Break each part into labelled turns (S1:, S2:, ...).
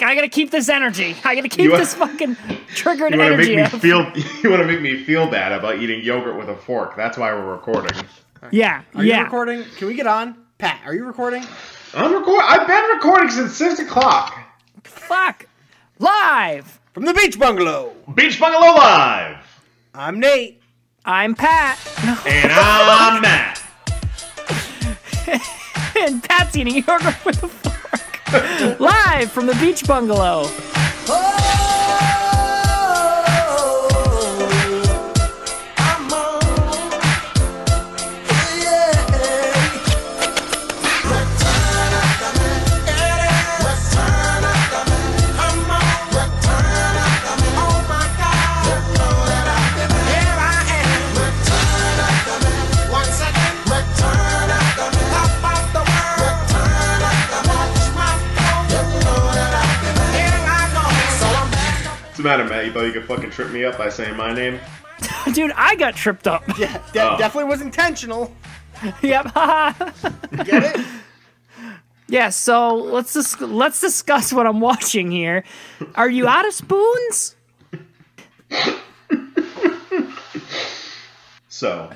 S1: I gotta keep this energy. I gotta keep
S2: You-
S1: this fucking triggered
S2: You want to make
S1: energy.
S2: me
S1: up.
S2: feel. You want to make me feel bad about eating yogurt with a fork. That's why we're recording.
S1: yeah,
S3: Are you
S1: yeah.
S3: recording? Can we get on? Pat, are you recording?
S2: I'm record. I've been recording since six o'clock.
S1: Fuck, live.
S3: From the beach bungalow.
S2: Beach Bungalow Live,
S3: I'm Nate.
S1: I'm Pat,
S2: and I'm Matt.
S1: and Pat's eating yogurt with a fork. live from the beach bungalow.
S2: What's the matter, Matt? You thought you could fucking trip me up by saying my name?
S1: Dude, I got tripped up.
S3: Yeah, de-
S2: Oh.
S3: definitely was intentional.
S1: yep. haha.
S3: Get it?
S1: yeah. So let's dis- let's discuss what I'm watching here. Are you out of spoons?
S2: So,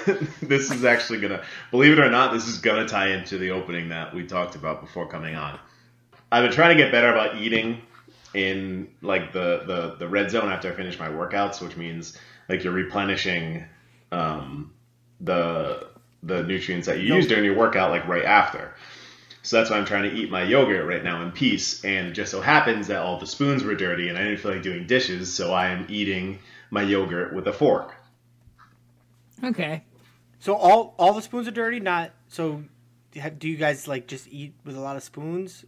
S2: this is actually gonna, believe it or not, this is gonna tie into the opening that we talked about before coming on. I've been trying to get better about eating in like the the, the red zone after I finish my workouts, which means like you're replenishing um, the the nutrients that you use during your workout, like right after. So that's why I'm trying to eat my yogurt right now in peace. And it just so happens that all the spoons were dirty, and I didn't feel like doing dishes, so I am eating my yogurt with a fork.
S1: Okay.
S3: So all all the spoons are dirty. Not so. ha- Do you guys like just eat with a lot of spoons?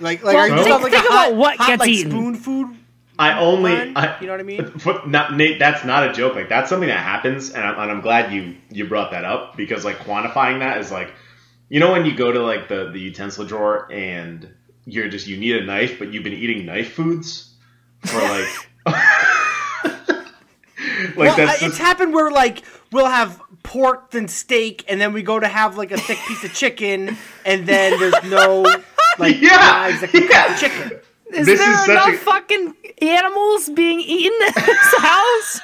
S3: Like like
S1: Well,
S3: are you
S1: think-
S3: just on, like
S1: think
S3: a
S1: about
S3: hot,
S1: what
S3: hot,
S1: gets
S3: like,
S1: eaten.
S3: spoon food.
S2: I only,
S3: Run,
S2: I,
S3: you know what I mean?
S2: For, not, Nate, that's not a joke. Like that's something that happens, and I'm, and I'm glad you you brought that up because like quantifying that is like, you know, when you go to like the the utensil drawer and you're just you need a knife, but you've been eating knife foods for like, like
S3: Well, I-
S2: that's
S3: it's
S2: just,
S3: happened where like we'll have pork then steak, and then we go to have like a thick piece of chicken, and then there's no like
S2: Yeah,
S3: knives that can cut
S2: yeah.
S3: the chicken.
S1: Is
S2: This
S1: there
S2: is such
S1: enough
S2: a-
S1: fucking animals being eaten in this house?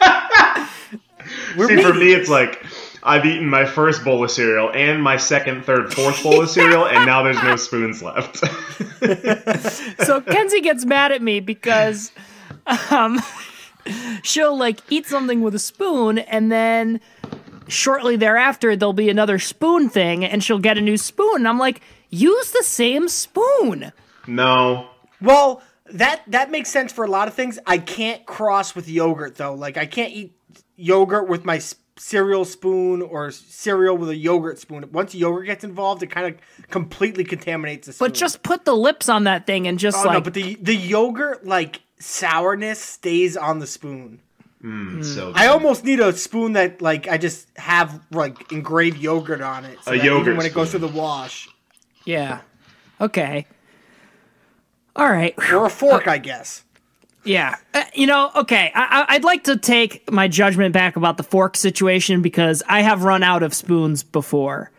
S3: We're
S2: see for
S3: meaty.
S2: me it's like. I've eaten my first bowl of cereal and my second, third, fourth bowl of cereal, and now there's no spoons left.
S1: so Kenzie gets mad at me because um, she'll like eat something with a spoon and then shortly thereafter there'll be another spoon thing and she'll get a new spoon and I'm like use the same spoon.
S2: no,
S3: Well, that that makes sense for a lot of things. I can't cross with yogurt though. Like I can't eat yogurt with my s- cereal spoon or cereal with a yogurt spoon. Once yogurt gets involved, it kind of completely contaminates the spoon.
S1: But just put the lips on that thing and just
S3: oh,
S1: like
S3: no, but the the yogurt like sourness stays on the spoon.
S2: it's so
S3: Mm.
S1: Mm.
S3: I almost need a spoon that like I just have like engraved yogurt on it. So
S2: A
S3: that
S2: yogurt
S3: even when it goes
S2: spoon.
S3: through the wash
S1: yeah. Okay. All right.
S3: or a
S1: Uh,
S3: fork, I guess.
S1: Yeah. Uh, you know, okay. I, I- I'd like to take my judgment back about the fork situation because I have run out of spoons before.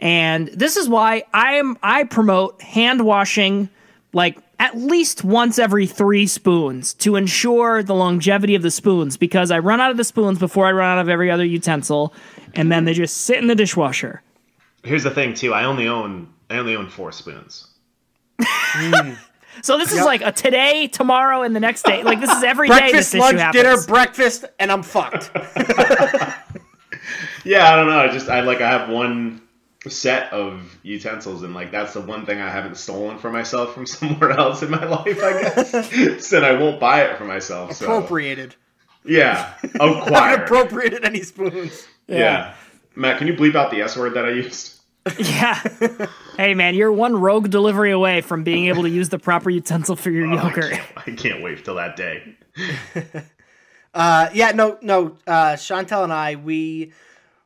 S1: And this is why I am I promote hand washing like at least once every 3 spoons to ensure the longevity of the spoons because I run out of the spoons before I run out of every other utensil and then they just sit in the dishwasher.
S2: here's the thing too. I only own I only own four spoons.
S1: So this is like a today, tomorrow and the next day. Like this is every day
S3: Breakfast,
S1: this issue
S3: lunch,
S1: happens.
S3: dinner, breakfast, and I'm fucked.
S2: Yeah, I don't know. I just I like I have one set of utensils, and like that's the one thing I haven't stolen for myself from somewhere else in my life. I guess so then I won't buy it for myself. So.
S3: Appropriated.
S2: Yeah,
S3: not
S2: acquire.
S3: appropriated any spoons.
S2: yeah. Matt, can you bleep out the S word that I used?
S1: Yeah. hey, man, you're one rogue delivery away from being able to use the proper utensil for
S3: Oh,
S1: your yogurt.
S2: I can't wait till that day.
S3: Uh, yeah, no, no. Uh, Chantel and I, we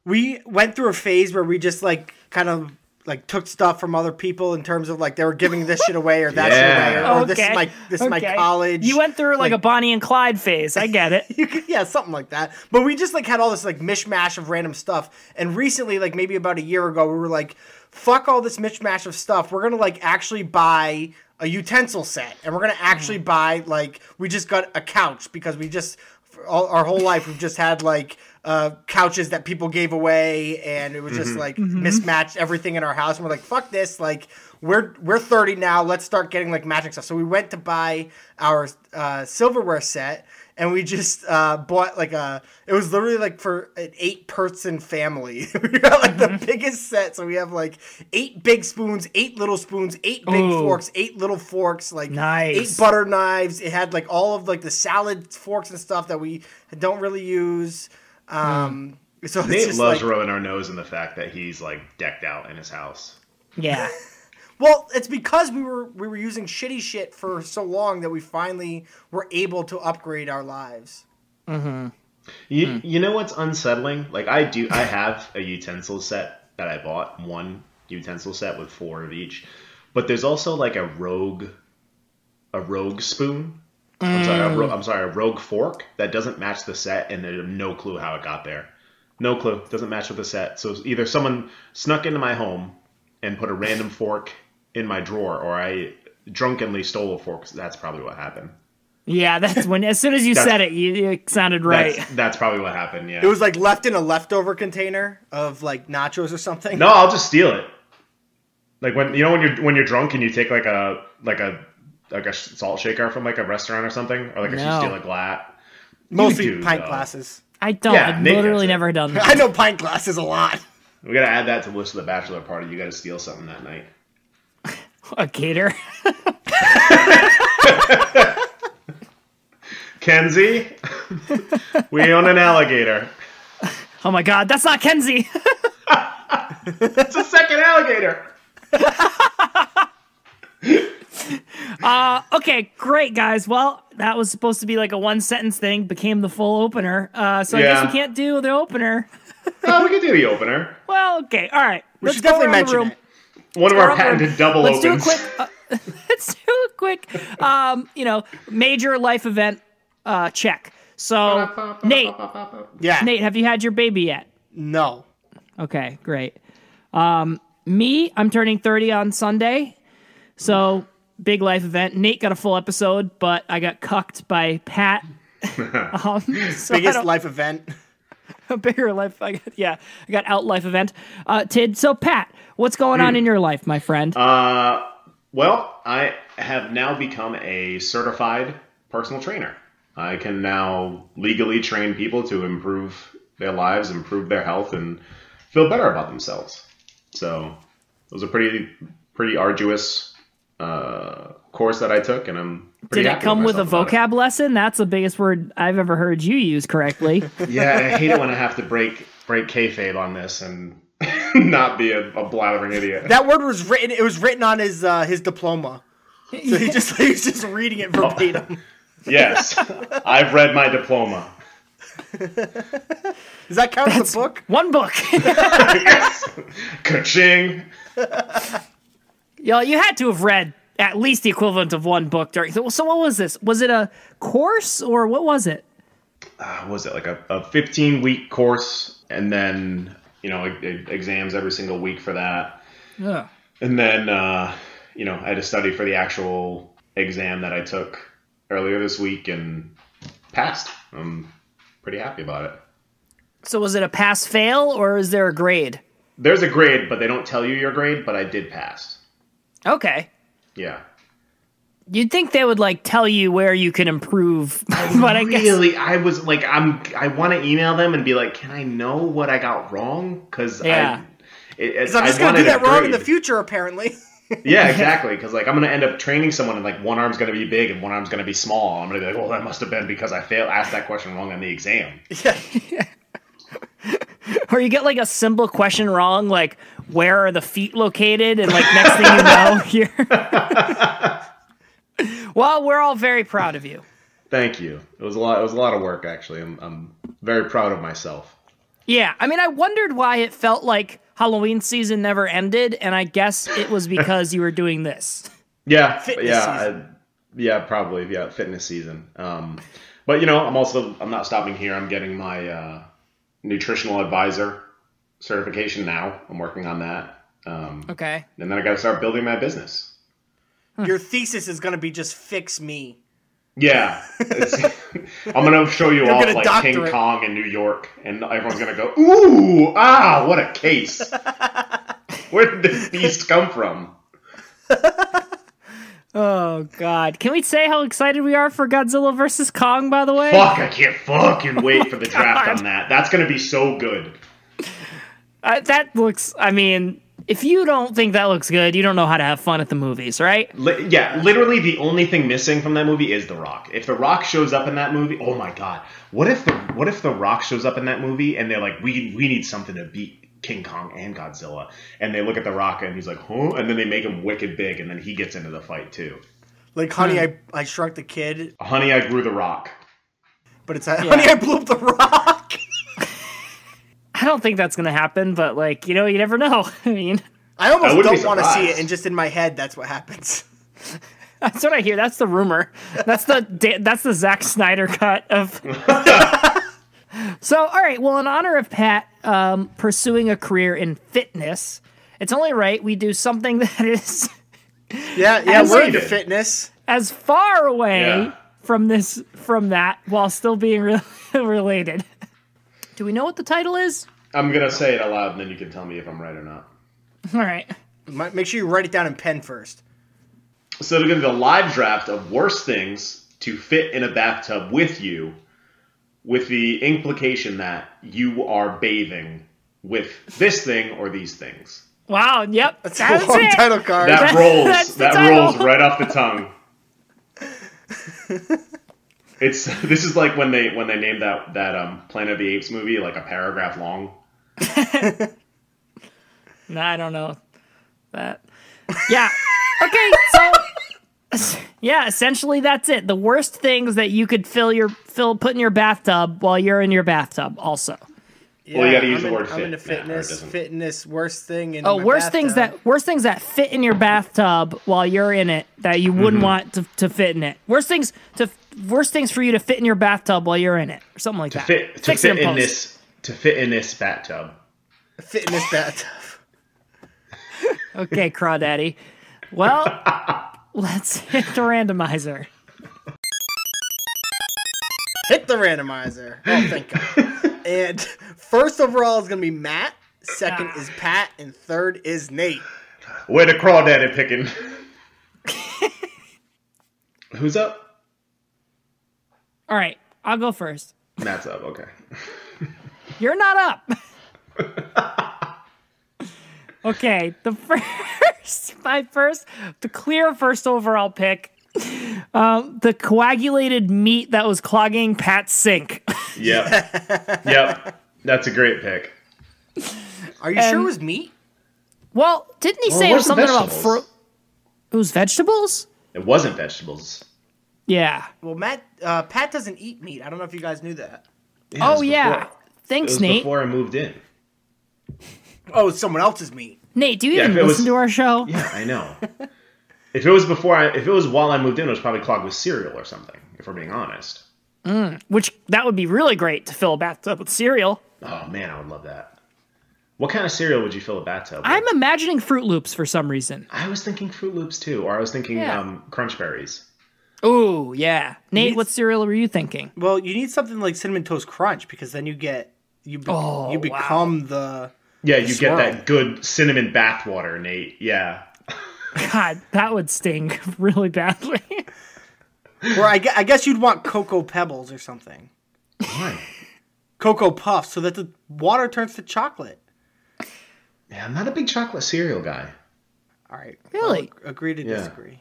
S3: we went through a phase where we just like kind of like took stuff from other people in terms of like they were giving this shit away or that shit away or,
S2: Yeah.
S3: or Oh, this is my this is my
S1: okay.
S3: college.
S1: You went through like, a Bonnie and Clyde phase. I get it.
S3: You could, yeah, something like that. But we just like had all this like mishmash of random stuff. And recently, like maybe about a year ago, we were like, "Fuck all this mishmash of stuff. We're gonna like actually buy a utensil set, and we're gonna actually buy like we just got a couch because we just for all, our whole life we've just had like uh, couches that people gave away, and it was just like mismatched everything in our house. And we're like, fuck this, like we're we're 30 now. Let's start getting like matching stuff. So we went to buy our uh, silverware set, and we just uh, bought like a. It was literally like for an eight person family. we got like
S1: Mm-hmm.
S3: the biggest set, so we have like eight big spoons, eight little spoons, eight big
S1: Ooh.
S3: forks, eight little forks, like
S1: Nice.
S3: eight butter knives. It had like all of like the salad forks and stuff that we don't really use.
S1: Hmm.
S3: Um, So it's
S2: Nate
S3: just
S2: loves
S3: like,
S2: rubbing our nose in the fact that he's like decked out in his house.
S1: Yeah.
S3: Well, it's because we were we were using shitty shit for so long that we finally were able to upgrade our lives.
S2: You, you know what's unsettling? Like I do, I have a utensil set that I bought, one utensil set with four of each, but there's also like a rogue, a rogue spoon. I'm sorry, a ro- I'm sorry, a rogue fork that doesn't match the set, and there's no clue how it got there. No clue, doesn't match with the set. So it's either someone snuck into my home and put a random fork in my drawer, or I drunkenly stole a fork. That's probably what happened.
S1: Yeah, that's when as soon as you
S2: That's-
S1: said it, you, you sounded right.
S2: That's, that's probably what happened. Yeah.
S3: It was like left in a leftover container of like nachos or something.
S2: No, I'll just steal it. Like when you know when you're when you're drunk and you take like a like a like a salt shaker from like a restaurant or something, or like if
S1: No.
S2: you steal a glass.
S3: mostly
S2: do,
S3: pint
S2: though.
S3: glasses.
S1: I don't.
S2: Yeah,
S1: I've
S2: Nate gets
S1: literally
S2: it.
S1: never done that.
S3: I know pint glasses a lot.
S2: We gotta add that to the list of the bachelor party. You gotta steal something that night.
S1: A gator.
S2: Kenzie, we own an alligator.
S1: Oh my god, that's not Kenzie.
S2: It's a second alligator.
S1: okay, great guys. Well, that was supposed to be like a one sentence thing, became the full opener. Uh, so I guess
S2: Yeah.
S1: we can't do the opener.
S2: Oh, we could do the opener.
S1: Well, okay, all right.
S3: We should definitely mention it.
S2: One of our patented double
S1: Let's
S2: opens.
S1: do a quick. uh, let's do a quick. Um, you know, major life event uh, check. So, Nate,
S3: Yeah.
S1: Nate, have you had your baby yet?
S3: No.
S1: Okay, great. Um, me, I'm turning 30 on Sunday. So, big life event. Nate got a full episode, but I got cucked by Pat. um, so I
S3: Biggest
S1: don't-
S3: life event.
S1: a bigger life. I got, yeah, I got out life event. Uh, Tid, so Pat, what's going on in your life, my friend?
S2: Hmm. Uh, well, I have now become a certified personal trainer. I can now legally train people to improve their lives, improve their health, and feel better about themselves. So it was a pretty pretty arduous uh, course that I took, and I'm pretty
S1: Did it
S2: happy
S1: come with a
S2: myself about it.
S1: vocab lesson? That's the biggest word I've ever heard you use correctly.
S2: Yeah, I hate it when I have to break break kayfabe on this and not be a, a blathering idiot.
S3: That word was written. It was written on his uh, his diploma. So he just he was just reading it verbatim.
S2: Yes, I've read my diploma.
S3: Does that count as a book?
S1: One book.
S2: Ka-ching.
S1: Yo, you had to have read at least the equivalent of one book during. So, so what was this? Was it a course or what was it?
S2: what was it like a, a 15 week course and then you know e- e- exams every single week for that
S1: Yeah.
S2: and then uh, you know i had to study for the actual exam that i took earlier this week and passed i'm pretty happy about it
S1: So was it a pass fail or is there a grade?
S2: there's a grade but they don't tell you your grade but i did pass
S1: Okay.
S2: yeah
S1: You'd think they would like tell you where you can improve, but I guess
S2: really i was like i'm i want to email them and be like can i know what i got wrong because
S1: Yeah.
S2: i it, it,
S3: So I'm just
S2: I
S3: gonna do
S2: wanted a
S3: that wrong in the
S2: grade.
S3: future, apparently.
S2: Yeah, exactly. Because like I'm gonna end up training someone, and like one arm's gonna be big and one arm's gonna be small. I'm gonna be like, well, that must have been because I failed, asked that question wrong on the exam.
S3: yeah.
S1: or you get like a simple question wrong, like where are the feet located, and like next thing you know, here. well, we're all very proud of you.
S2: Thank you. It was a lot. It was a lot of work, actually. I'm, I'm very proud of myself.
S1: Yeah, I mean, I wondered why it felt like Halloween season never ended, and I guess it was because you were doing this.
S2: Yeah,
S3: Fitness
S2: yeah,
S3: season.
S2: I- yeah, probably. Yeah, fitness season. Um, but you know, I'm also I'm not stopping here. I'm getting my uh, nutritional advisor certification now. I'm working on that, um,
S1: Okay.
S2: and then I got to start building my business.
S3: your thesis is going to be just fix me.
S2: Yeah, It's- I'm gonna show you off
S3: gonna
S2: like
S3: doctor
S2: King
S3: it.
S2: Kong in New York, and everyone's gonna go, "Ooh, ah, what a case! Where did this beast come from?"
S1: Oh God! Can we say how excited we are for Godzilla versus Kong? By the way,
S2: Fuck, I can't fucking wait for the draft on that. That's gonna be so good.
S1: Uh, that looks. I mean, if you don't think that looks good, you don't know how to have fun at the movies, right?
S2: Li- yeah, literally the only thing missing from that movie is The Rock. If The Rock shows up in that movie, oh my god, what if the what if The Rock shows up in that movie and they're like, we we need something to beat King Kong and Godzilla, and they look at The Rock and he's like, huh, and then they make him wicked big, and then he gets into the fight too.
S3: Like, honey, I, I shrunk the kid,
S2: Honey, I grew The Rock.
S3: but it's honey, I blew up the rock.
S1: I don't think that's gonna happen, but like you know, you never know. I mean,
S3: I
S2: I
S3: almost
S2: wouldn't be
S3: don't want to see it,
S2: surprised.
S3: and just in my head, that's what happens.
S1: that's what I hear. That's the rumor. That's the da- that's the Zack Snyder cut of. so all right, well, in honor of Pat um, pursuing a career in fitness, it's only right we do something that is
S3: Yeah, yeah,
S1: As
S3: we're
S1: I
S3: into
S2: did.
S3: fitness.
S1: as far away
S2: Yeah.
S1: from this from that while still being re- related. Do we know what the title is?
S2: I'm gonna say it aloud, and then you can tell me if I'm right or not.
S1: All right.
S3: Mi- Make sure you write it down in pen first.
S2: So they're gonna do a live draft of worst things to fit in a bathtub with you, with the implication that you are bathing with this thing or these things.
S1: Wow. Yep. That's,
S3: a long
S1: it.
S3: title card.
S2: That
S1: That- that's
S2: rolls.
S1: the
S2: That
S1: title.
S2: rolls right off the tongue. It's this is like when they when they named that that um, Planet of the Apes movie like a paragraph long.
S1: No, I don't know that. Yeah. Okay. So. Yeah, essentially that's it. The worst things that you could fill your fill put in your bathtub while you're in your bathtub. Also,
S3: Yeah,
S2: you gotta use
S3: I'm
S2: the
S3: in-
S2: word
S3: I'm
S2: fit.
S3: into
S2: Nah, or it
S3: fitness.
S2: doesn't-
S3: fitness, worst thing. In
S1: oh,
S3: my
S1: worst things
S3: bathtub.
S1: that worst things that fit in your bathtub while you're in it that you
S2: Mm-hmm.
S1: wouldn't want to, to fit in it. Worst things to worst things for you to fit in your bathtub while you're in it or something like that.
S2: Fit to
S1: Fix it
S2: fit in
S1: post.
S2: this to fit in this bathtub.
S3: fitness bathtub.
S1: Okay, Crawdaddy. Well, let's hit the randomizer.
S3: Hit the randomizer. Oh, thank God. and first overall is gonna be Matt. Second is
S1: Ah.
S3: Pat, and third is Nate.
S2: Way to crawl daddy picking. Who's up?
S1: All right, I'll go first.
S2: Matt's up. Okay.
S1: You're not up. okay, the first, my first, the clear first overall pick, um, the coagulated meat that was clogging Pat's sink.
S2: Yep. yep. That's a great pick.
S3: Are you sure it was meat?
S1: Well, didn't he
S2: Well, it
S1: say
S2: wasn't
S1: something about
S2: vegetables.
S1: fruit? It was vegetables.
S2: It wasn't vegetables.
S1: Yeah.
S3: Well, Matt, uh, Pat doesn't eat meat. I don't know if you guys knew that.
S2: It
S1: oh
S2: was
S1: yeah.
S2: before- It
S1: Thanks,
S2: was
S1: Nate.
S2: before I moved in.
S3: Oh, it's someone else's meat.
S1: Nate, do you
S2: Yeah,
S1: even
S2: if it
S1: listen
S2: was-
S1: to our show?
S2: Yeah, I know. if it was before, I, if it was while I moved in, it was probably clogged with cereal or something. If we're being honest.
S1: Which that would be really great to fill a bathtub with cereal.
S2: Oh man, I would love that. What kind of cereal would you fill a bathtub? with?
S1: I'm imagining Fruit Loops for some reason.
S2: I was thinking Fruit Loops too, or I was thinking
S1: Yeah.
S2: um, Crunch Berries.
S1: Ooh, yeah. Nate,
S3: Needs-
S1: what cereal were you thinking?
S3: Well, you need something like cinnamon toast crunch because then you get you be-
S1: Oh,
S3: you
S1: wow.
S3: become the
S2: Yeah, you
S3: Swirl.
S2: get that good cinnamon bathwater, Nate. Yeah.
S1: God, that would sting really badly.
S3: or I, gue- I guess you'd want cocoa pebbles or something,
S2: Why?
S3: cocoa puffs, so that the water turns to chocolate.
S2: Yeah, I'm not a big chocolate cereal guy.
S3: All right,
S1: Really?
S3: Well, agree to
S2: Yeah.
S3: disagree.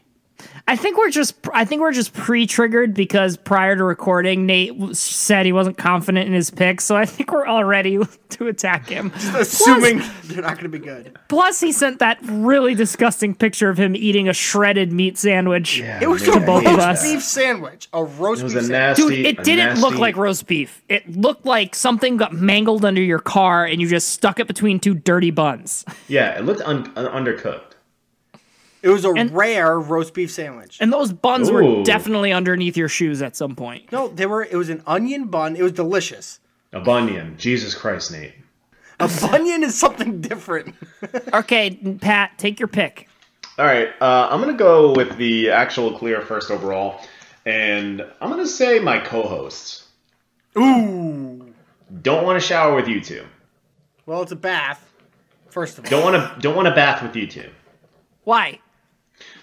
S1: I think we're just I think we're just pre-triggered because prior to recording, Nate w- said he wasn't confident in his pick, so I think we're all ready to attack him.
S3: Assuming they're not going to be good.
S1: Plus, he sent that really disgusting picture of him eating a shredded meat sandwich.
S3: It was a
S2: Nate, I
S1: both
S2: hate
S1: of
S3: roast
S1: us.
S3: beef sandwich, a roast
S2: It was
S3: beef
S2: a
S3: sandwich.
S2: nasty.
S1: Dude, it
S2: a
S1: didn't look
S2: nasty-
S1: like roast beef. It looked like something got mangled under your car and you just stuck it between two dirty buns.
S2: Yeah, it looked un- un- undercooked.
S3: It was a rare roast beef sandwich.
S1: And those buns were
S2: Ooh.
S1: definitely underneath your shoes at some point.
S3: no, they were. It was an onion bun. It was delicious.
S2: A bunion. Jesus Christ, Nate.
S3: A bunion is something different.
S1: Okay, Pat, take your pick.
S2: All right, uh, I'm gonna go with the actual clear first overall, and I'm gonna say my co-hosts.
S3: Ooh.
S2: Don't want to shower with you two.
S3: Well, it's a bath. First of all,
S2: Don't want to. Don't want to bath with you two.
S1: Why?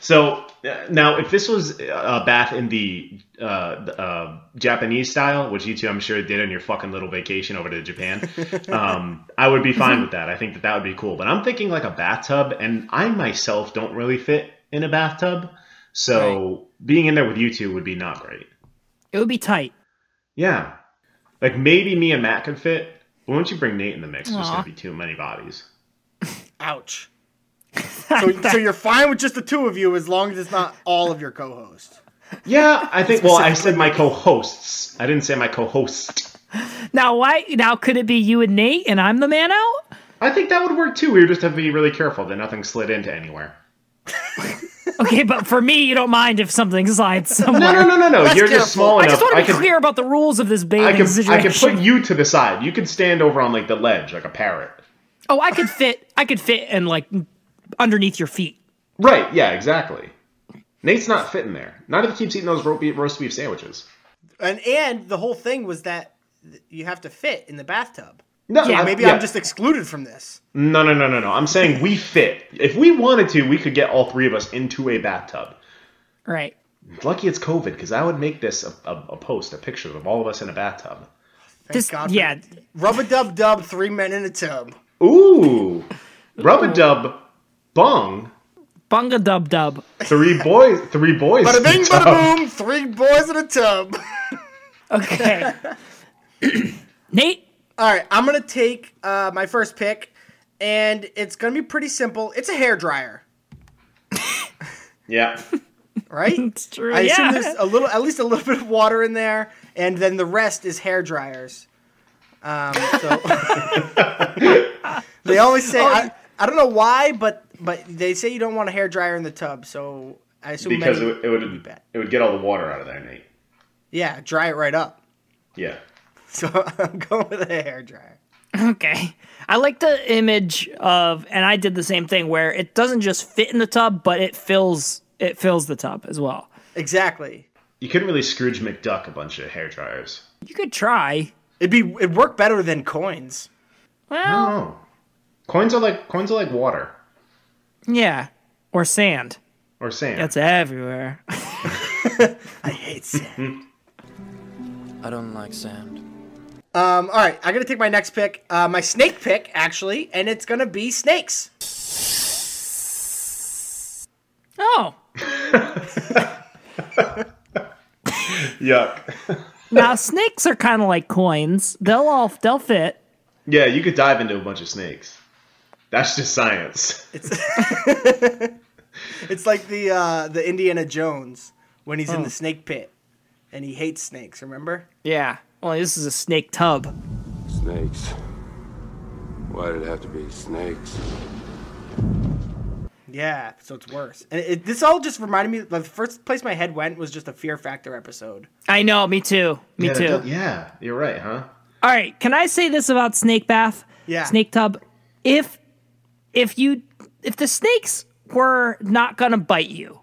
S2: So uh, now, if this was a bath in the uh, the, uh, Japanese style, which you two, I'm sure, did on your fucking little vacation over to Japan, um, I would be fine with that. I think that that would be cool. But I'm thinking like a bathtub, and I myself don't really fit in a bathtub, so being in there with you two would be not great.
S1: It would be tight.
S2: Yeah, like maybe me and Matt could fit, but once you bring Nate in the mix, there's
S1: Aw.
S2: gonna be too many bodies.
S3: ouch. So, so you're fine with just the two of you as long as it's not all of your co-hosts.
S2: Yeah, I think. Well, I said my co-hosts. I didn't say my co-host.
S1: Now why? Now could it be you and Nate and I'm the man out?
S2: I think that would work too. We would just have to be really careful that nothing slid into anywhere.
S1: Okay, but for me, you don't mind if something slides somewhere.
S2: No, no, no, no, no. You're just small
S1: I
S2: enough.
S1: just want to
S2: I
S1: be
S2: could,
S1: clear about the rules of this bathing
S2: I could, I
S1: situation.
S2: could put you to the side. You could stand over on like the ledge, like a parrot.
S1: oh, I could fit. I could fit and like underneath your feet.
S2: Right? Yeah, exactly. Nate's not fitting there. Not if he keeps eating those ro- beef, roast beef sandwiches.
S3: And and the whole thing was that th- you have to fit in the bathtub.
S2: No,
S1: Yeah,
S2: I-
S3: Maybe I'm just excluded from this.
S2: No, no, no, no, no. I'm saying we fit. If we wanted to, we could get all three of us into a bathtub.
S1: Right.
S2: Lucky it's COVID, because I would make this a, a, a post, a picture of all of us in a bathtub.
S1: This,
S3: God for-
S1: yeah.
S3: Rub a dub dub, three men in a tub.
S2: Ooh, rub a dub, bong.
S1: Bunga dub dub.
S2: Three boys, three boys.
S3: Bada bing,
S2: in the tub.
S3: bada boom, three boys in a tub.
S1: Okay. Nate,
S3: All right, I'm gonna take uh, my first pick, and it's gonna be pretty simple. It's a hair dryer,
S2: Yeah.
S3: right?
S1: it's true.
S3: I
S1: yeah.
S3: assume there's a little, at least a little bit of water in there, and then the rest is hair dryers. Um, so they always say I, I don't know why, but but they say you don't want a hair dryer in the tub. So I assume
S2: Because
S3: many-
S2: it, it would
S3: bad.
S2: it would get all the water out of there, Nate.
S3: yeah, dry it right up.
S2: Yeah.
S3: So I'm going with a hair dryer.
S1: Okay. I like the image of, and I did the same thing where it doesn't just fit in the tub, but it fills it fills the tub as well.
S3: Exactly.
S2: You couldn't really Scrooge McDuck a bunch of hair dryers.
S1: You could try.
S3: It'd be it'd work better than coins.
S1: Well,
S2: Oh. Coins are like coins are like water
S1: yeah. Or sand.
S2: or sand.
S1: That's everywhere.
S3: I hate sand.
S4: I don't like sand.
S3: um, all right, I'm gonna take my next pick, uh, my snake pick actually, and it's gonna be snakes.
S1: Oh.
S2: Yuck.
S1: Now snakes are kind of like coins. They'll all they'll fit.
S2: Yeah, you could dive into a bunch of snakes. That's just science.
S3: It's like the uh, the Indiana Jones when he's
S2: Oh.
S3: in the snake pit, and he hates snakes. Remember?
S1: Yeah. Only this is a snake tub.
S5: Snakes. Why did it have to be snakes?
S3: Yeah. So it's worse. And it, this all just reminded me. Like, the first place my head went was just a Fear Factor episode.
S1: I know. Me too. Me
S2: yeah, that
S1: too.
S2: does- yeah, you're right, huh?
S1: All right, can I say this about snake bath?
S3: Yeah.
S1: Snake tub. If if you if the snakes were not gonna bite you,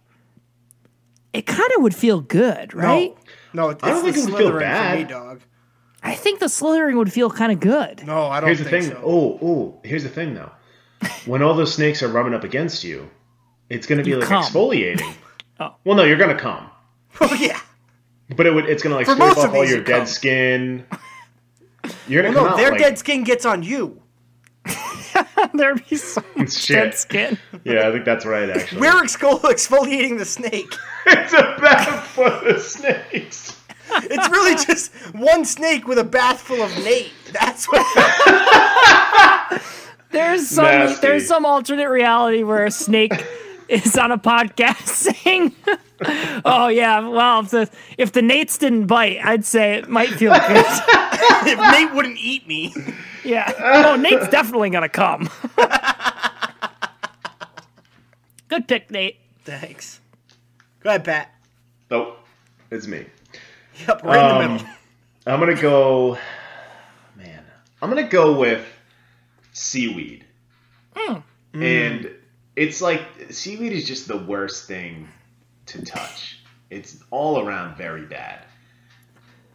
S1: it kind of would feel good, right?
S3: No, no it's
S2: I don't
S3: the
S2: think it would feel
S3: Slytherin
S2: bad.
S3: for me, dog.
S1: I think the slithering would feel kind of good.
S3: No, I don't
S2: Here's the
S3: think
S2: thing.
S3: so.
S2: Oh, oh, here's the thing though. When all those snakes are rubbing up against you, it's gonna be like
S1: come.
S2: exfoliating.
S1: Oh.
S2: Well, no, you're gonna come.
S3: Oh, yeah.
S2: But it would, it's gonna like
S3: For
S2: scrape
S3: most
S2: off
S3: of
S2: all
S3: these
S2: your
S3: it
S2: dead
S3: comes.
S2: skin. You're gonna
S3: Well,
S2: come out
S3: no, their
S2: like
S3: dead skin gets on you.
S1: There'd be so much
S2: shit.
S1: dead skin.
S2: Yeah, I think that's right. Actually,
S3: We're exfol- exfoliating the snake.
S2: it's a bath for the snakes.
S3: It's really just one snake with a bath full of Nate. That's what.
S1: There's some
S2: Nasty.
S1: there's some alternate reality where a snake is on a podcast saying, "Oh yeah, well if the if the Nates didn't bite, I'd say it might feel good."
S3: if Nate wouldn't eat me.
S1: Yeah. Oh, Nate's definitely gonna come. Good pick, Nate.
S3: Thanks. Go ahead, Pat.
S2: Nope, it's me.
S3: Yep, right in the
S2: Um,
S3: middle.
S2: I'm gonna go. Man,
S3: Hmm.
S2: I'm gonna go with seaweed. And It's like seaweed is just the worst thing to touch. It's all around very bad.
S3: Uh-huh.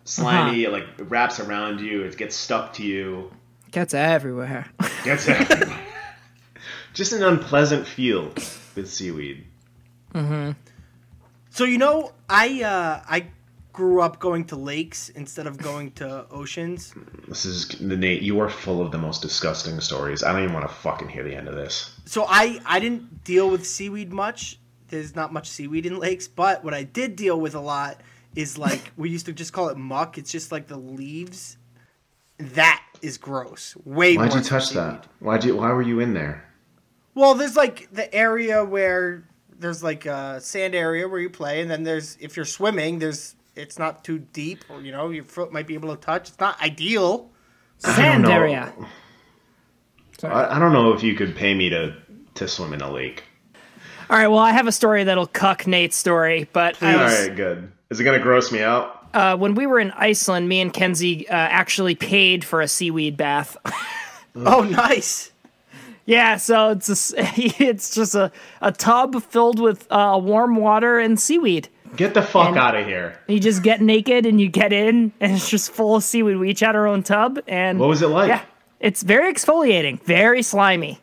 S2: Slimy, like it wraps around you. It gets stuck to you.
S1: Cats everywhere.
S2: Gets everywhere. just an unpleasant feel with seaweed.
S3: So you know, I uh, I grew up going to lakes instead of going to oceans.
S2: This is Nate. You are full of the most disgusting stories. I don't even want to fucking hear the end of this.
S3: So I I didn't deal with seaweed much. There's not much seaweed in lakes, but what I did deal with a lot is like we used to just call it muck. It's just like the leaves. That is gross.
S2: Why'd
S3: Way more
S2: you
S3: than
S2: touch
S3: seaweed.
S2: that? Why'd you? Why were you in there?
S3: Well, there's like the area where there's like a sand area where you play, and then there's if you're swimming, there's it's not too deep, or you know your foot might be able to touch. It's not ideal.
S1: Sand
S2: know.
S1: area.
S2: I, I don't know if you could pay me to to swim in a lake.
S1: All right, well, I have a story that'll cuck Nate's story, but I
S2: All
S1: was-
S2: right, good. Is it gonna gross me out?
S1: uh, when we were in Iceland, me and Kenzie uh, actually paid for a seaweed bath.
S3: Oh, nice.
S1: yeah, so it's a s it's just a, a tub filled with uh, warm water and seaweed.
S2: Get the fuck out of here.
S1: You just get naked and you get in, and it's just full of seaweed. We each had our own tub, and
S2: What was it like?
S1: yeah, it's very exfoliating, very slimy.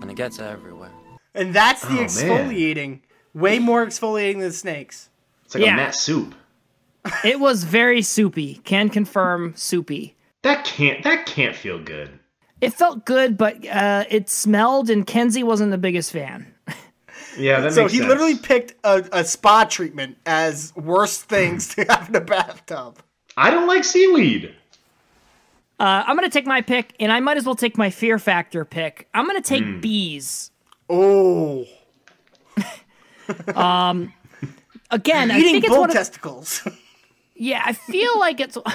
S4: And it gets everywhere.
S3: And that's the
S2: Oh, man.
S3: exfoliating. Way more exfoliating than snakes.
S2: It's like
S1: Yeah.
S2: a mat soup.
S1: it was very soupy. Can confirm soupy.
S2: That can't. That can't feel good.
S1: It felt good, but uh, it smelled, and Kenzie wasn't the biggest fan.
S2: Yeah, that
S3: So
S2: makes
S3: he
S2: sense.
S3: literally picked a, a spa treatment as worst things to have in a bathtub.
S2: I don't like seaweed.
S1: Uh, I'm gonna take my pick, and I might as well take my fear factor pick. I'm gonna take bees
S3: Oh,
S1: again. I
S3: eating
S1: think it's
S3: bull
S1: one of,
S3: testicles.
S1: yeah. I feel like it's.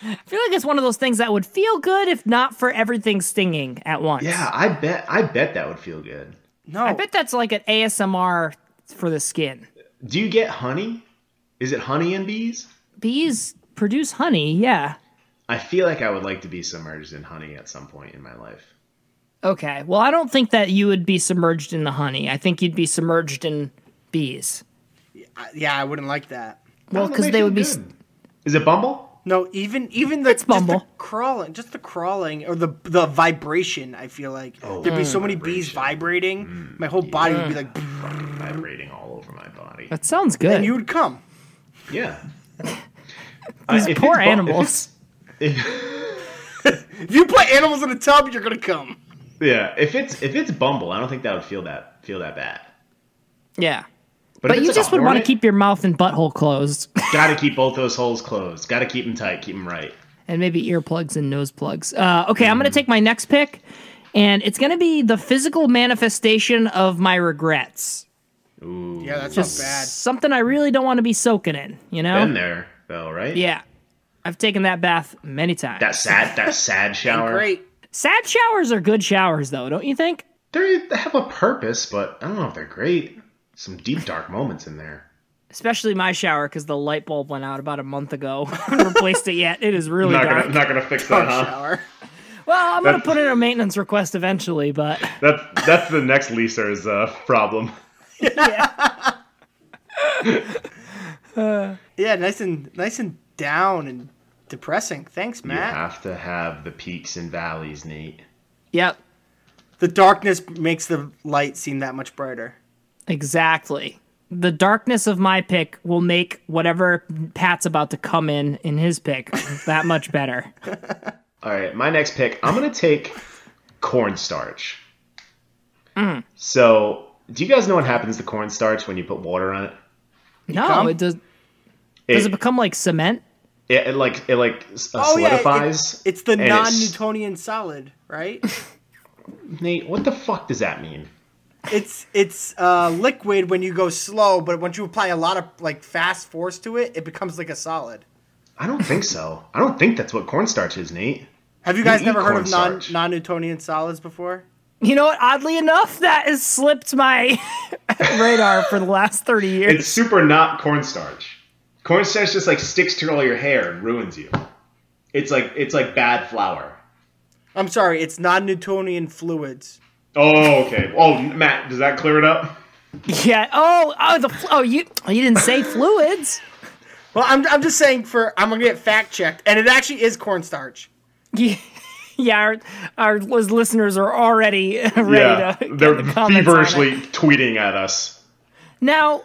S1: I feel like it's one of those things that would feel good if not for everything stinging at once.
S2: Yeah, I bet. I bet that would feel good.
S3: no,
S1: I bet that's like an ASMR for the skin.
S2: Do you get honey? Is it honey and bees?
S1: Bees produce honey. Yeah.
S2: I feel like I would like to be submerged in honey at some point in my life.
S1: Okay. Well, I don't think that you would be submerged in the honey. I think you'd be submerged in bees.
S3: I- yeah, I wouldn't like that.
S1: Well,
S2: That'll
S1: because
S2: make
S1: they
S2: you
S1: would be.
S2: good. Is it Bumble?
S3: No, even even the,
S1: Bumble.
S3: Just the crawling, just the crawling or the the vibration. I feel like
S2: Oh,
S3: there'd be so many bees vibrating,
S2: Mm.
S3: my whole body would be like,
S2: Vibrating all over my body.
S1: That sounds good.
S3: and you would come.
S2: Yeah.
S1: These
S2: Uh, if
S1: poor
S2: it's bu-
S1: animals.
S2: if it's-
S3: If you put animals in a tub, you're gonna come.
S2: if- yeah, if it's if it's Bumble, I don't think that would feel that feel that bad.
S1: Yeah.
S2: But, if
S1: But
S2: it's
S1: you
S2: like a
S1: just would want to
S2: hornet,
S1: keep your mouth and butthole closed,
S2: Gotta keep both those holes closed. Gotta keep them tight. Keep them right.
S1: and maybe earplugs and nose plugs. Uh, okay, I'm gonna take my next pick, and it's gonna be the physical manifestation of my regrets.
S2: Ooh.
S3: Yeah, that's
S1: Just something I really don't want to be soaking in. You know?
S2: Been there though, right?
S1: Oh. Yeah. I've taken that bath many times.
S2: That sad that sad shower.
S3: Great.
S1: Sad showers are good showers, though, don't you think?
S2: They they have a purpose, but I don't know if they're great. Some deep dark moments in there.
S1: Especially my shower because the light bulb went out about a month ago. I haven't replaced it yet. It is really
S2: Not
S1: dark.
S2: gonna, not gonna fix that, huh?
S3: Shower.
S1: Well, I'm gonna
S2: That-
S1: put in a maintenance request eventually, but
S2: That's that's the next leaser's uh, problem.
S3: Yeah, nice and nice and down and depressing. Thanks,
S2: You
S3: Matt.
S2: have to have the peaks and valleys, Nate.
S1: yep,
S3: The darkness makes the light seem that much brighter.
S1: exactly. The darkness of my pick will make whatever Pat's about to come in in his pick that much better.
S2: All right, my next pick. I'm gonna take cornstarch. Mm. So, do you guys know what happens to cornstarch when you put water on it?
S1: No,
S3: Come?
S1: it does.
S2: It,
S1: Does it become like cement?
S2: it, it like it like s- uh,
S3: Oh, yeah, it-
S2: solidifies.
S3: It's the
S2: and it s-
S3: non-Newtonian solid, right?
S2: Nate, what the fuck does that mean?
S3: it's it's uh, liquid when you go slow, but once you apply a lot of like fast force to it, it becomes like a solid.
S2: I don't think so. I don't think that's what cornstarch is, Nate.
S3: Have you guys
S2: eat
S3: never heard of non
S2: cornstarch.
S3: non Newtonian solids before?
S1: You know what? Oddly enough, that has slipped my radar for the last thirty years.
S2: It's super not cornstarch. Cornstarch just like sticks to all your hair and ruins you. It's like it's like bad flour.
S3: I'm sorry, it's non Newtonian fluids.
S2: Oh, okay. Oh, Matt, does that clear it up?
S1: Yeah. Oh, oh, the fl- oh, you oh, you didn't say fluids.
S3: Well, I'm, I'm just saying for I'm gonna get fact checked, and it actually is cornstarch.
S1: Yeah, yeah our, our lis- listeners are already ready to. get
S2: they're
S1: the comments on it.
S2: feverishly tweeting at us.
S1: Now,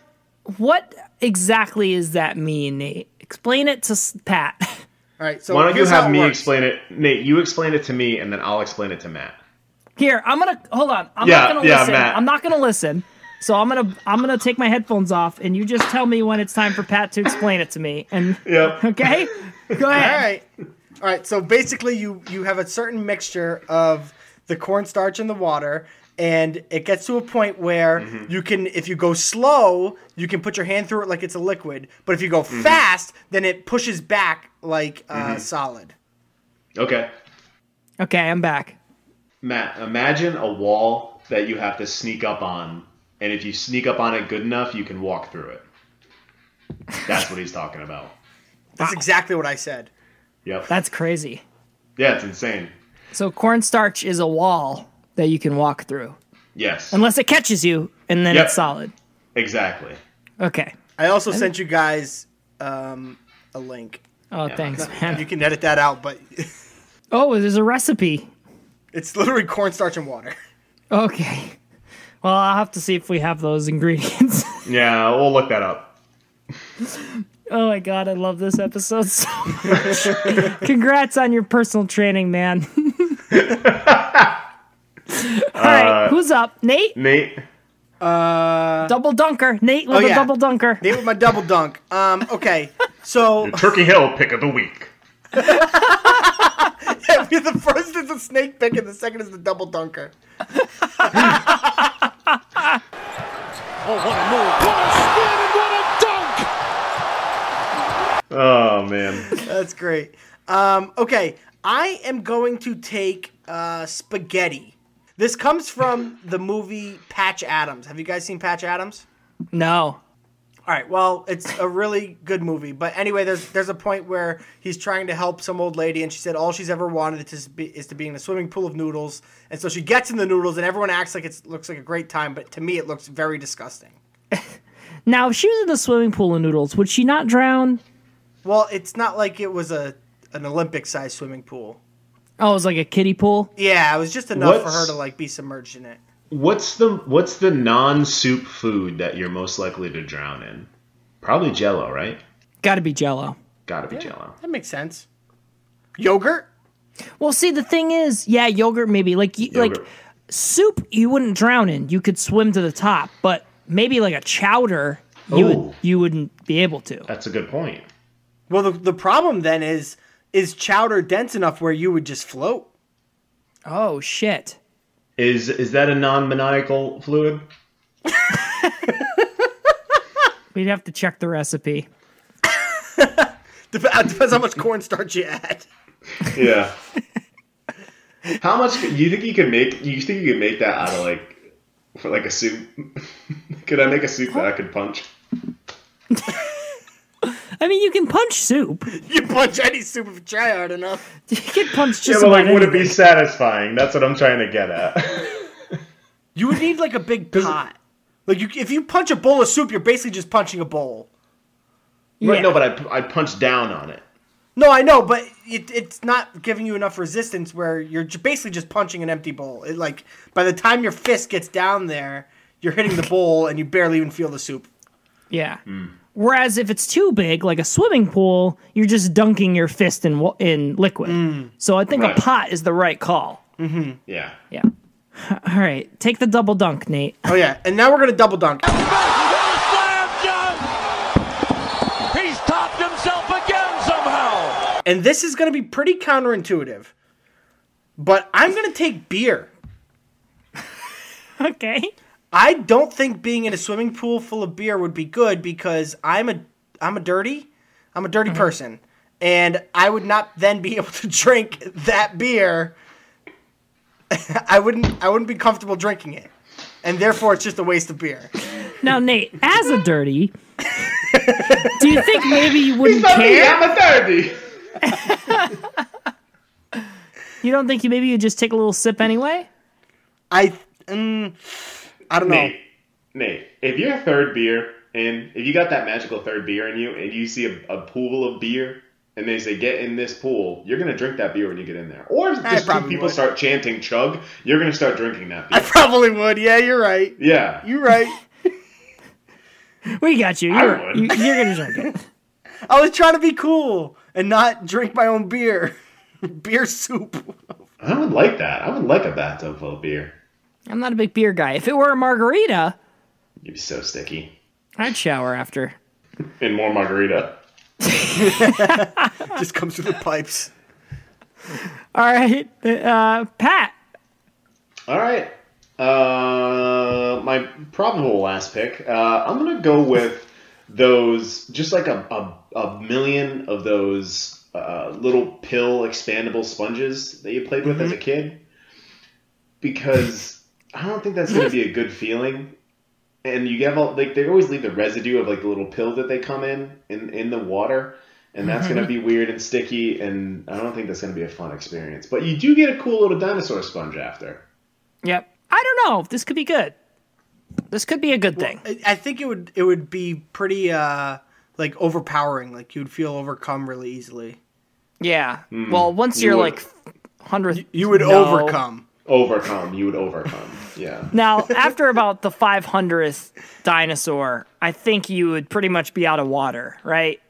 S1: what exactly does that mean, Nate? Explain it to S- Pat.
S3: All right, so
S2: Why don't you
S3: here's how
S2: have
S3: it
S2: me
S3: works.
S2: explain it, Nate? You explain it to me, and then I'll explain it to Matt.
S1: Here, I'm gonna hold on. I'm
S2: Yeah,
S1: not gonna
S2: yeah,
S1: listen.
S2: Matt.
S1: I'm not gonna listen. So I'm gonna I'm gonna take my headphones off, and you just tell me when it's time for Pat to explain it to me. And
S2: Yep.
S1: okay, go ahead.
S3: All right. All right. So basically, you you have a certain mixture of the cornstarch and the water, and it gets to a point where you can, if you go slow, you can put your hand through it like it's a liquid. But if you go fast, then it pushes back like uh, solid.
S2: Okay.
S1: Okay, I'm back.
S2: Matt, imagine a wall that you have to sneak up on, and if you sneak up on it good enough, you can walk through it. That's what he's talking about.
S3: That's exactly what I said.
S2: Yep.
S1: That's crazy.
S2: yeah, it's insane.
S1: So cornstarch is a wall that you can walk through,
S2: Yes.
S1: unless it catches you, and then
S2: Yep.
S1: it's solid.
S2: Exactly.
S1: Okay.
S3: I also sent you guys um, a link.
S1: Oh, thanks, man.
S3: You can edit that out, but
S1: Oh, there's a recipe.
S3: it's literally cornstarch and water.
S1: Okay. Well, I'll have to see if we have those ingredients.
S2: Yeah, we'll look that up.
S1: oh my god, I love this episode so much. Congrats on your personal training, man. All
S3: Uh,
S1: right, who's up? Nate,
S2: Nate,
S1: double dunker. Nate with
S3: oh,
S1: a
S3: yeah.
S1: double dunker.
S3: Nate with my double dunk. Um, okay, so
S2: Turkey Hill pick of the week.
S3: the first is the snake pick and the second is the double dunker.
S2: Oh man.
S3: That's great. Um, okay, I am going to take uh, spaghetti. This comes from the movie Patch Adams. Have you guys seen Patch Adams?
S1: No.
S3: All right. Well, it's a really good movie, but anyway, there's there's a point where he's trying to help some old lady, and she said all she's ever wanted is to be, is to be in a swimming pool of noodles, and so she gets in the noodles, and everyone acts like it looks like a great time, but to me, it looks very disgusting.
S1: Now, if she was in the swimming pool of noodles, would she not drown?
S3: Well, it's not like it was a an Olympic sized swimming pool.
S1: Oh, it was like a kiddie pool.
S3: Yeah, it was just enough for
S2: What's-
S3: her to like be submerged in it.
S2: What's the what's the non soup food that you're most likely to drown in? Probably jello, right?
S1: Got to be Jello.
S2: Gotta be jello.
S3: That makes sense. Yogurt?
S1: Well, see, the thing is, yeah, yogurt maybe like you, like
S2: Yogurt.
S1: soup you wouldn't drown in. You could swim to the top, but maybe like a chowder you
S2: Ooh.
S1: would, you wouldn't be able to.
S2: That's a good point.
S3: Well, the, the problem then is is chowder dense enough where you would just float?
S1: Oh shit.
S2: Is is that a non maniacal fluid?
S1: We'd have to check the recipe.
S3: Dep- uh, depends how much cornstarch you add.
S2: Yeah. How much could- you think you could make? You think you could make that out of like for like a soup? could I make a soup that I could punch?
S1: I mean, you can punch soup.
S3: You punch any soup if you try hard enough.
S1: You can punch
S2: Yeah,
S1: just
S2: but
S1: about
S2: like, would it be
S1: anything.
S2: satisfying? That's what I'm trying to get at.
S3: You would need like a big pot. Like you, if you punch a bowl of soup, you're basically just punching a bowl.
S1: Yeah.
S2: Right? No, but I I punch down on it.
S3: No, I know, but it, it's not giving you enough resistance where you're j- basically just punching an empty bowl. It, like by the time your fist gets down there, you're hitting the bowl and you barely even feel the soup.
S1: Yeah.
S2: Hmm.
S1: Whereas if it's too big, like a swimming pool, you're just dunking your fist in wa- in liquid. So I think
S2: Hmm. Right.
S1: a pot is the right call.
S2: Yeah.
S1: Yeah. All right, take the double dunk, Nate.
S3: Oh yeah, and now we're gonna double dunk.
S6: He's topped himself again somehow.
S3: And this is gonna be pretty counterintuitive, but I'm gonna take beer.
S1: Okay.
S3: I don't think being in a swimming pool full of beer would be good because I'm a I'm a dirty I'm a dirty person, and I would not then be able to drink that beer. I wouldn't I wouldn't be comfortable drinking it, and therefore it's just a waste of beer.
S1: Now, Nate, as a dirty, do you think maybe you wouldn't
S2: Hey,
S1: care?
S2: I'm a thirty.
S1: You don't think you maybe you just take a little sip anyway?
S3: I Mm, I don't know.
S2: Nate, Nate, if your third beer and if you got that magical third beer in you and you see a, a pool of beer and they say get in this pool, you're gonna drink that beer when you get in there. Or if just two
S3: probably
S2: people
S3: would.
S2: start chanting chug, you're gonna start drinking that
S3: I
S2: beer.
S3: probably would. Yeah, you're right.
S2: yeah.
S3: You're right.
S1: We got you.
S2: I
S1: You're,
S2: would.
S1: you- you're gonna drink it.
S3: I was trying to be cool and not drink my own beer. beer soup.
S2: I would like that. I would like a bathtub full of beer.
S1: I'm not a big beer guy. If it were a margarita,
S2: You'd be so sticky.
S1: I'd shower after.
S2: And more margarita.
S3: Just comes through the pipes.
S1: All right, uh, Pat.
S2: All right. Uh, my probable last pick. Uh, I'm gonna go with those, just like a, a, a million of those uh, little pill expandable sponges that you played with as a kid, because I don't think that's gonna be a good feeling. And you have all like they always leave the residue of like the little pill that they come in in, in the water, and that's gonna be weird and sticky. And I don't think that's gonna be a fun experience. But you do get a cool little dinosaur sponge after.
S1: Yep. I don't know. This could be good. This could be a good thing.
S3: I- I think it would it would be pretty uh like overpowering. Like you'd feel overcome really easily.
S1: Yeah. well, once
S2: Mm-hmm. you
S1: you're
S2: would-
S1: like hundredth,
S3: You would
S1: No.
S3: overcome.
S2: overcome. You would overcome. Yeah.
S1: Now, after about the 500th dinosaur, I think you would pretty much be out of water, right?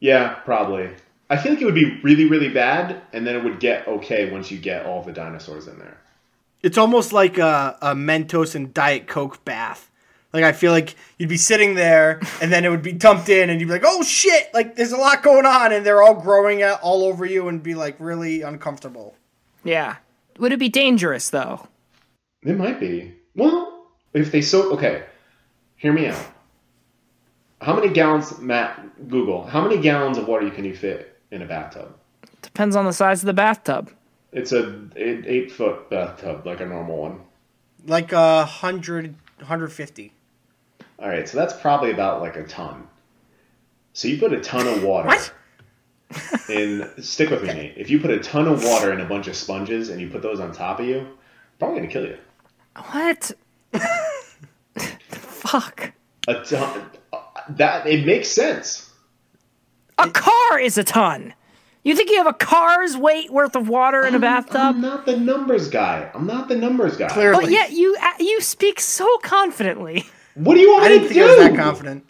S2: Yeah, probably. I feel like it would be really, really bad, and then it would get okay once you get all the dinosaurs in there.
S3: It's almost like a, a Mentos and Diet Coke bath. Like I feel like you'd be sitting there, and then it would be dumped in, and you'd be like, "Oh shit!" Like there's a lot going on, and they're all growing out all over you, and be like really uncomfortable.
S1: Yeah. Would it be dangerous though?
S2: It might be. Well, if they so okay, hear me out. How many gallons, Matt? Google. How many gallons of water can you fit in a bathtub?
S1: Depends on the size of the bathtub.
S2: It's a eight, eight foot bathtub, like a normal one.
S3: Like a hundred, hundred fifty.
S2: All right, so that's probably about like a ton. So you put a ton of water.
S3: What?
S2: In stick with me, Nate. If you put a ton of water in a bunch of sponges and you put those on top of you, probably gonna kill you.
S1: What? Fuck.
S2: A ton. That it makes sense.
S1: A car is a ton. You think you have a car's weight worth of water in a
S2: I'm
S1: bathtub?
S2: not the numbers guy. I'm not the numbers guy.
S3: Clearly,
S1: But yet you you speak so confidently.
S2: What do you want
S3: I
S2: me
S3: didn't
S2: to
S3: think I
S2: do?
S3: was that confident.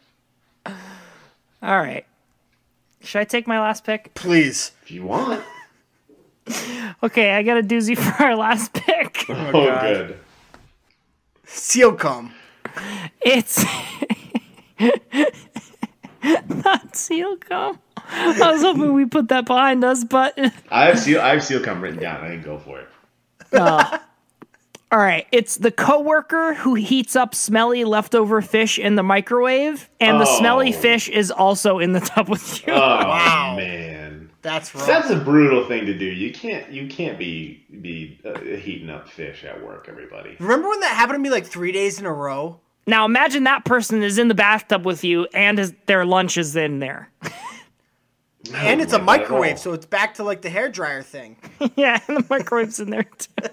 S1: All right. Should I take my last pick?
S3: Please.
S2: If you want.
S1: Okay, I got a doozy for our last pick.
S2: Oh,
S3: God.
S2: good.
S3: Seal cum.
S1: It's not seal gum. I was hoping we put that behind us, but
S2: I have seal. I have seal cum written down. I didn't go for it.
S1: all right. It's the coworker who heats up smelly leftover fish in the microwave, and the smelly
S2: Oh.
S1: fish is also in the tub with you.
S2: Oh man,
S3: That's wrong.
S2: that's a brutal thing to do. You can't. You can't be be uh, heating up fish at work. Everybody.
S3: Remember when that happened to me like three days in a row?
S1: Now imagine that person is in the bathtub with you, and his, their lunch is in there.
S3: And
S2: like that at
S3: it's a
S2: all.
S3: microwave, so it's back to like the hairdryer thing.
S1: yeah, and the microwave's in there too.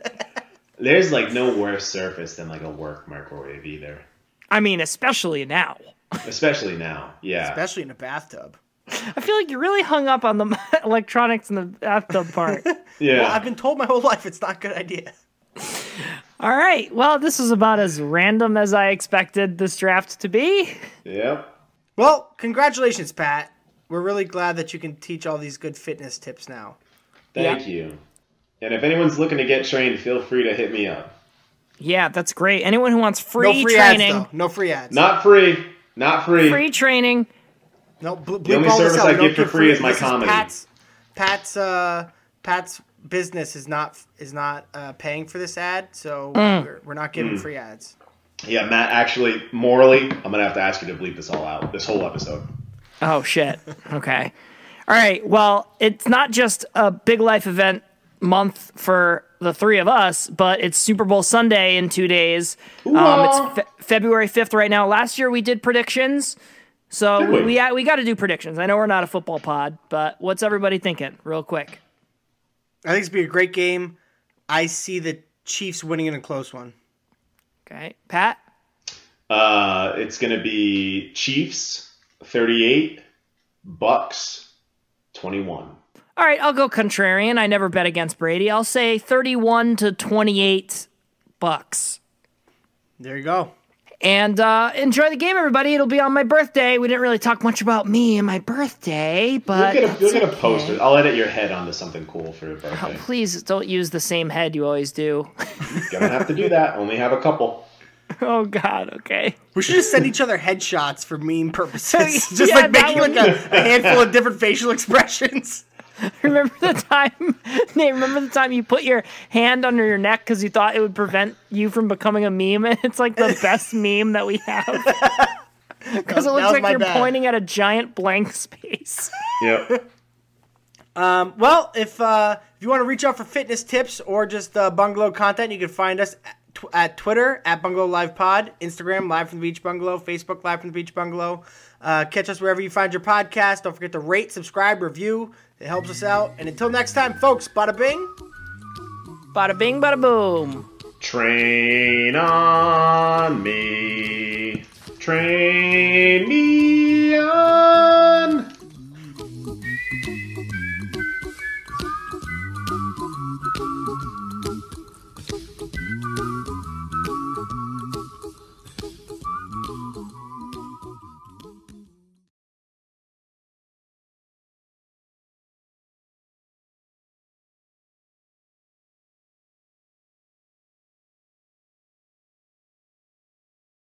S2: There's like no worse surface than like a work microwave either,
S1: I mean, especially now.
S2: especially now. Yeah,
S3: Especially in a bathtub.
S1: I feel like you're really hung up on the electronics in the bathtub part.
S2: yeah.
S3: I've been told my whole life it's not a good idea.
S1: All right. Well, this was about as random as I expected this draft to be.
S2: yep.
S3: Well, congratulations, Pat. We're really glad that you can teach all these good fitness tips now.
S2: Thank you. And if anyone's looking to get trained, feel free to hit me up.
S1: Yeah, that's great. Anyone who wants
S3: No
S1: free,
S3: free
S1: training,
S3: ads, though. No free ads.
S2: Not free. Not free.
S1: free training.
S3: No, ble- bleep
S2: only
S3: all this
S2: service
S3: out.
S2: I
S3: We don't
S2: get for
S3: give
S2: free is my
S3: this
S2: comedy.
S3: Pat's, Pat's, uh, Pat's business is not is not uh, paying for this ad, so
S1: Mm.
S3: we're, we're not
S2: Mm.
S3: giving free ads.
S2: Yeah, Matt. Actually, morally, I'm gonna have to ask you to bleep this all out. This whole episode.
S1: Oh shit. Okay. All right. Well, it's not just a big life event month for the three of us, but it's Super Bowl Sunday in two days. Um, it's fe- February fifth right now. Last year we did predictions, so
S2: Did
S1: we
S2: we?
S1: we, we got to do predictions. I know we're not a football pod, but what's everybody thinking? Real quick.
S3: I think it's gonna be a great game. I see the Chiefs winning in a close one.
S1: Okay, Pat.
S2: Uh, it's going to be Chiefs 38, Bucks 21.
S1: All right, I'll go contrarian. I never bet against Brady. I'll say 31 to 28 bucks.
S3: There you go.
S1: And uh, enjoy the game, everybody. It'll be on my birthday. We didn't really talk much about me and my birthday,
S2: You'll
S1: but
S2: get a, you'll get a
S1: Uh, that's
S2: poster.
S1: okay.
S2: I'll edit your head onto something cool for your
S1: Oh,
S2: birthday.
S1: please don't use the same head you always do.
S2: Gonna have to do that. Only have a couple.
S1: oh God. Okay.
S3: We should just send each other headshots for meme purposes. Just
S1: Yeah,
S3: like
S1: that
S3: making like a, a handful of different facial expressions.
S1: Remember the time? Nate, remember the time you put your hand under your neck because you thought it would prevent you from becoming a meme? And it's like the best meme that we have. Because it
S3: That
S1: looks
S3: was
S1: like
S3: my
S1: you're
S3: bad.
S1: pointing at a giant blank space.
S2: Yep.
S3: Well, if uh, if you want to reach out for fitness tips or just uh, bungalow content, you can find us at, tw- at Twitter at Bungalow Live Pod, Instagram Live from the Beach Bungalow, Facebook Live from the Beach Bungalow. Uh, catch us wherever you find your podcast. Don't forget to rate, subscribe, review. It helps us out. And until next time, folks. Bada bing.
S1: Bada bing, bada boom.
S2: Train on me. Train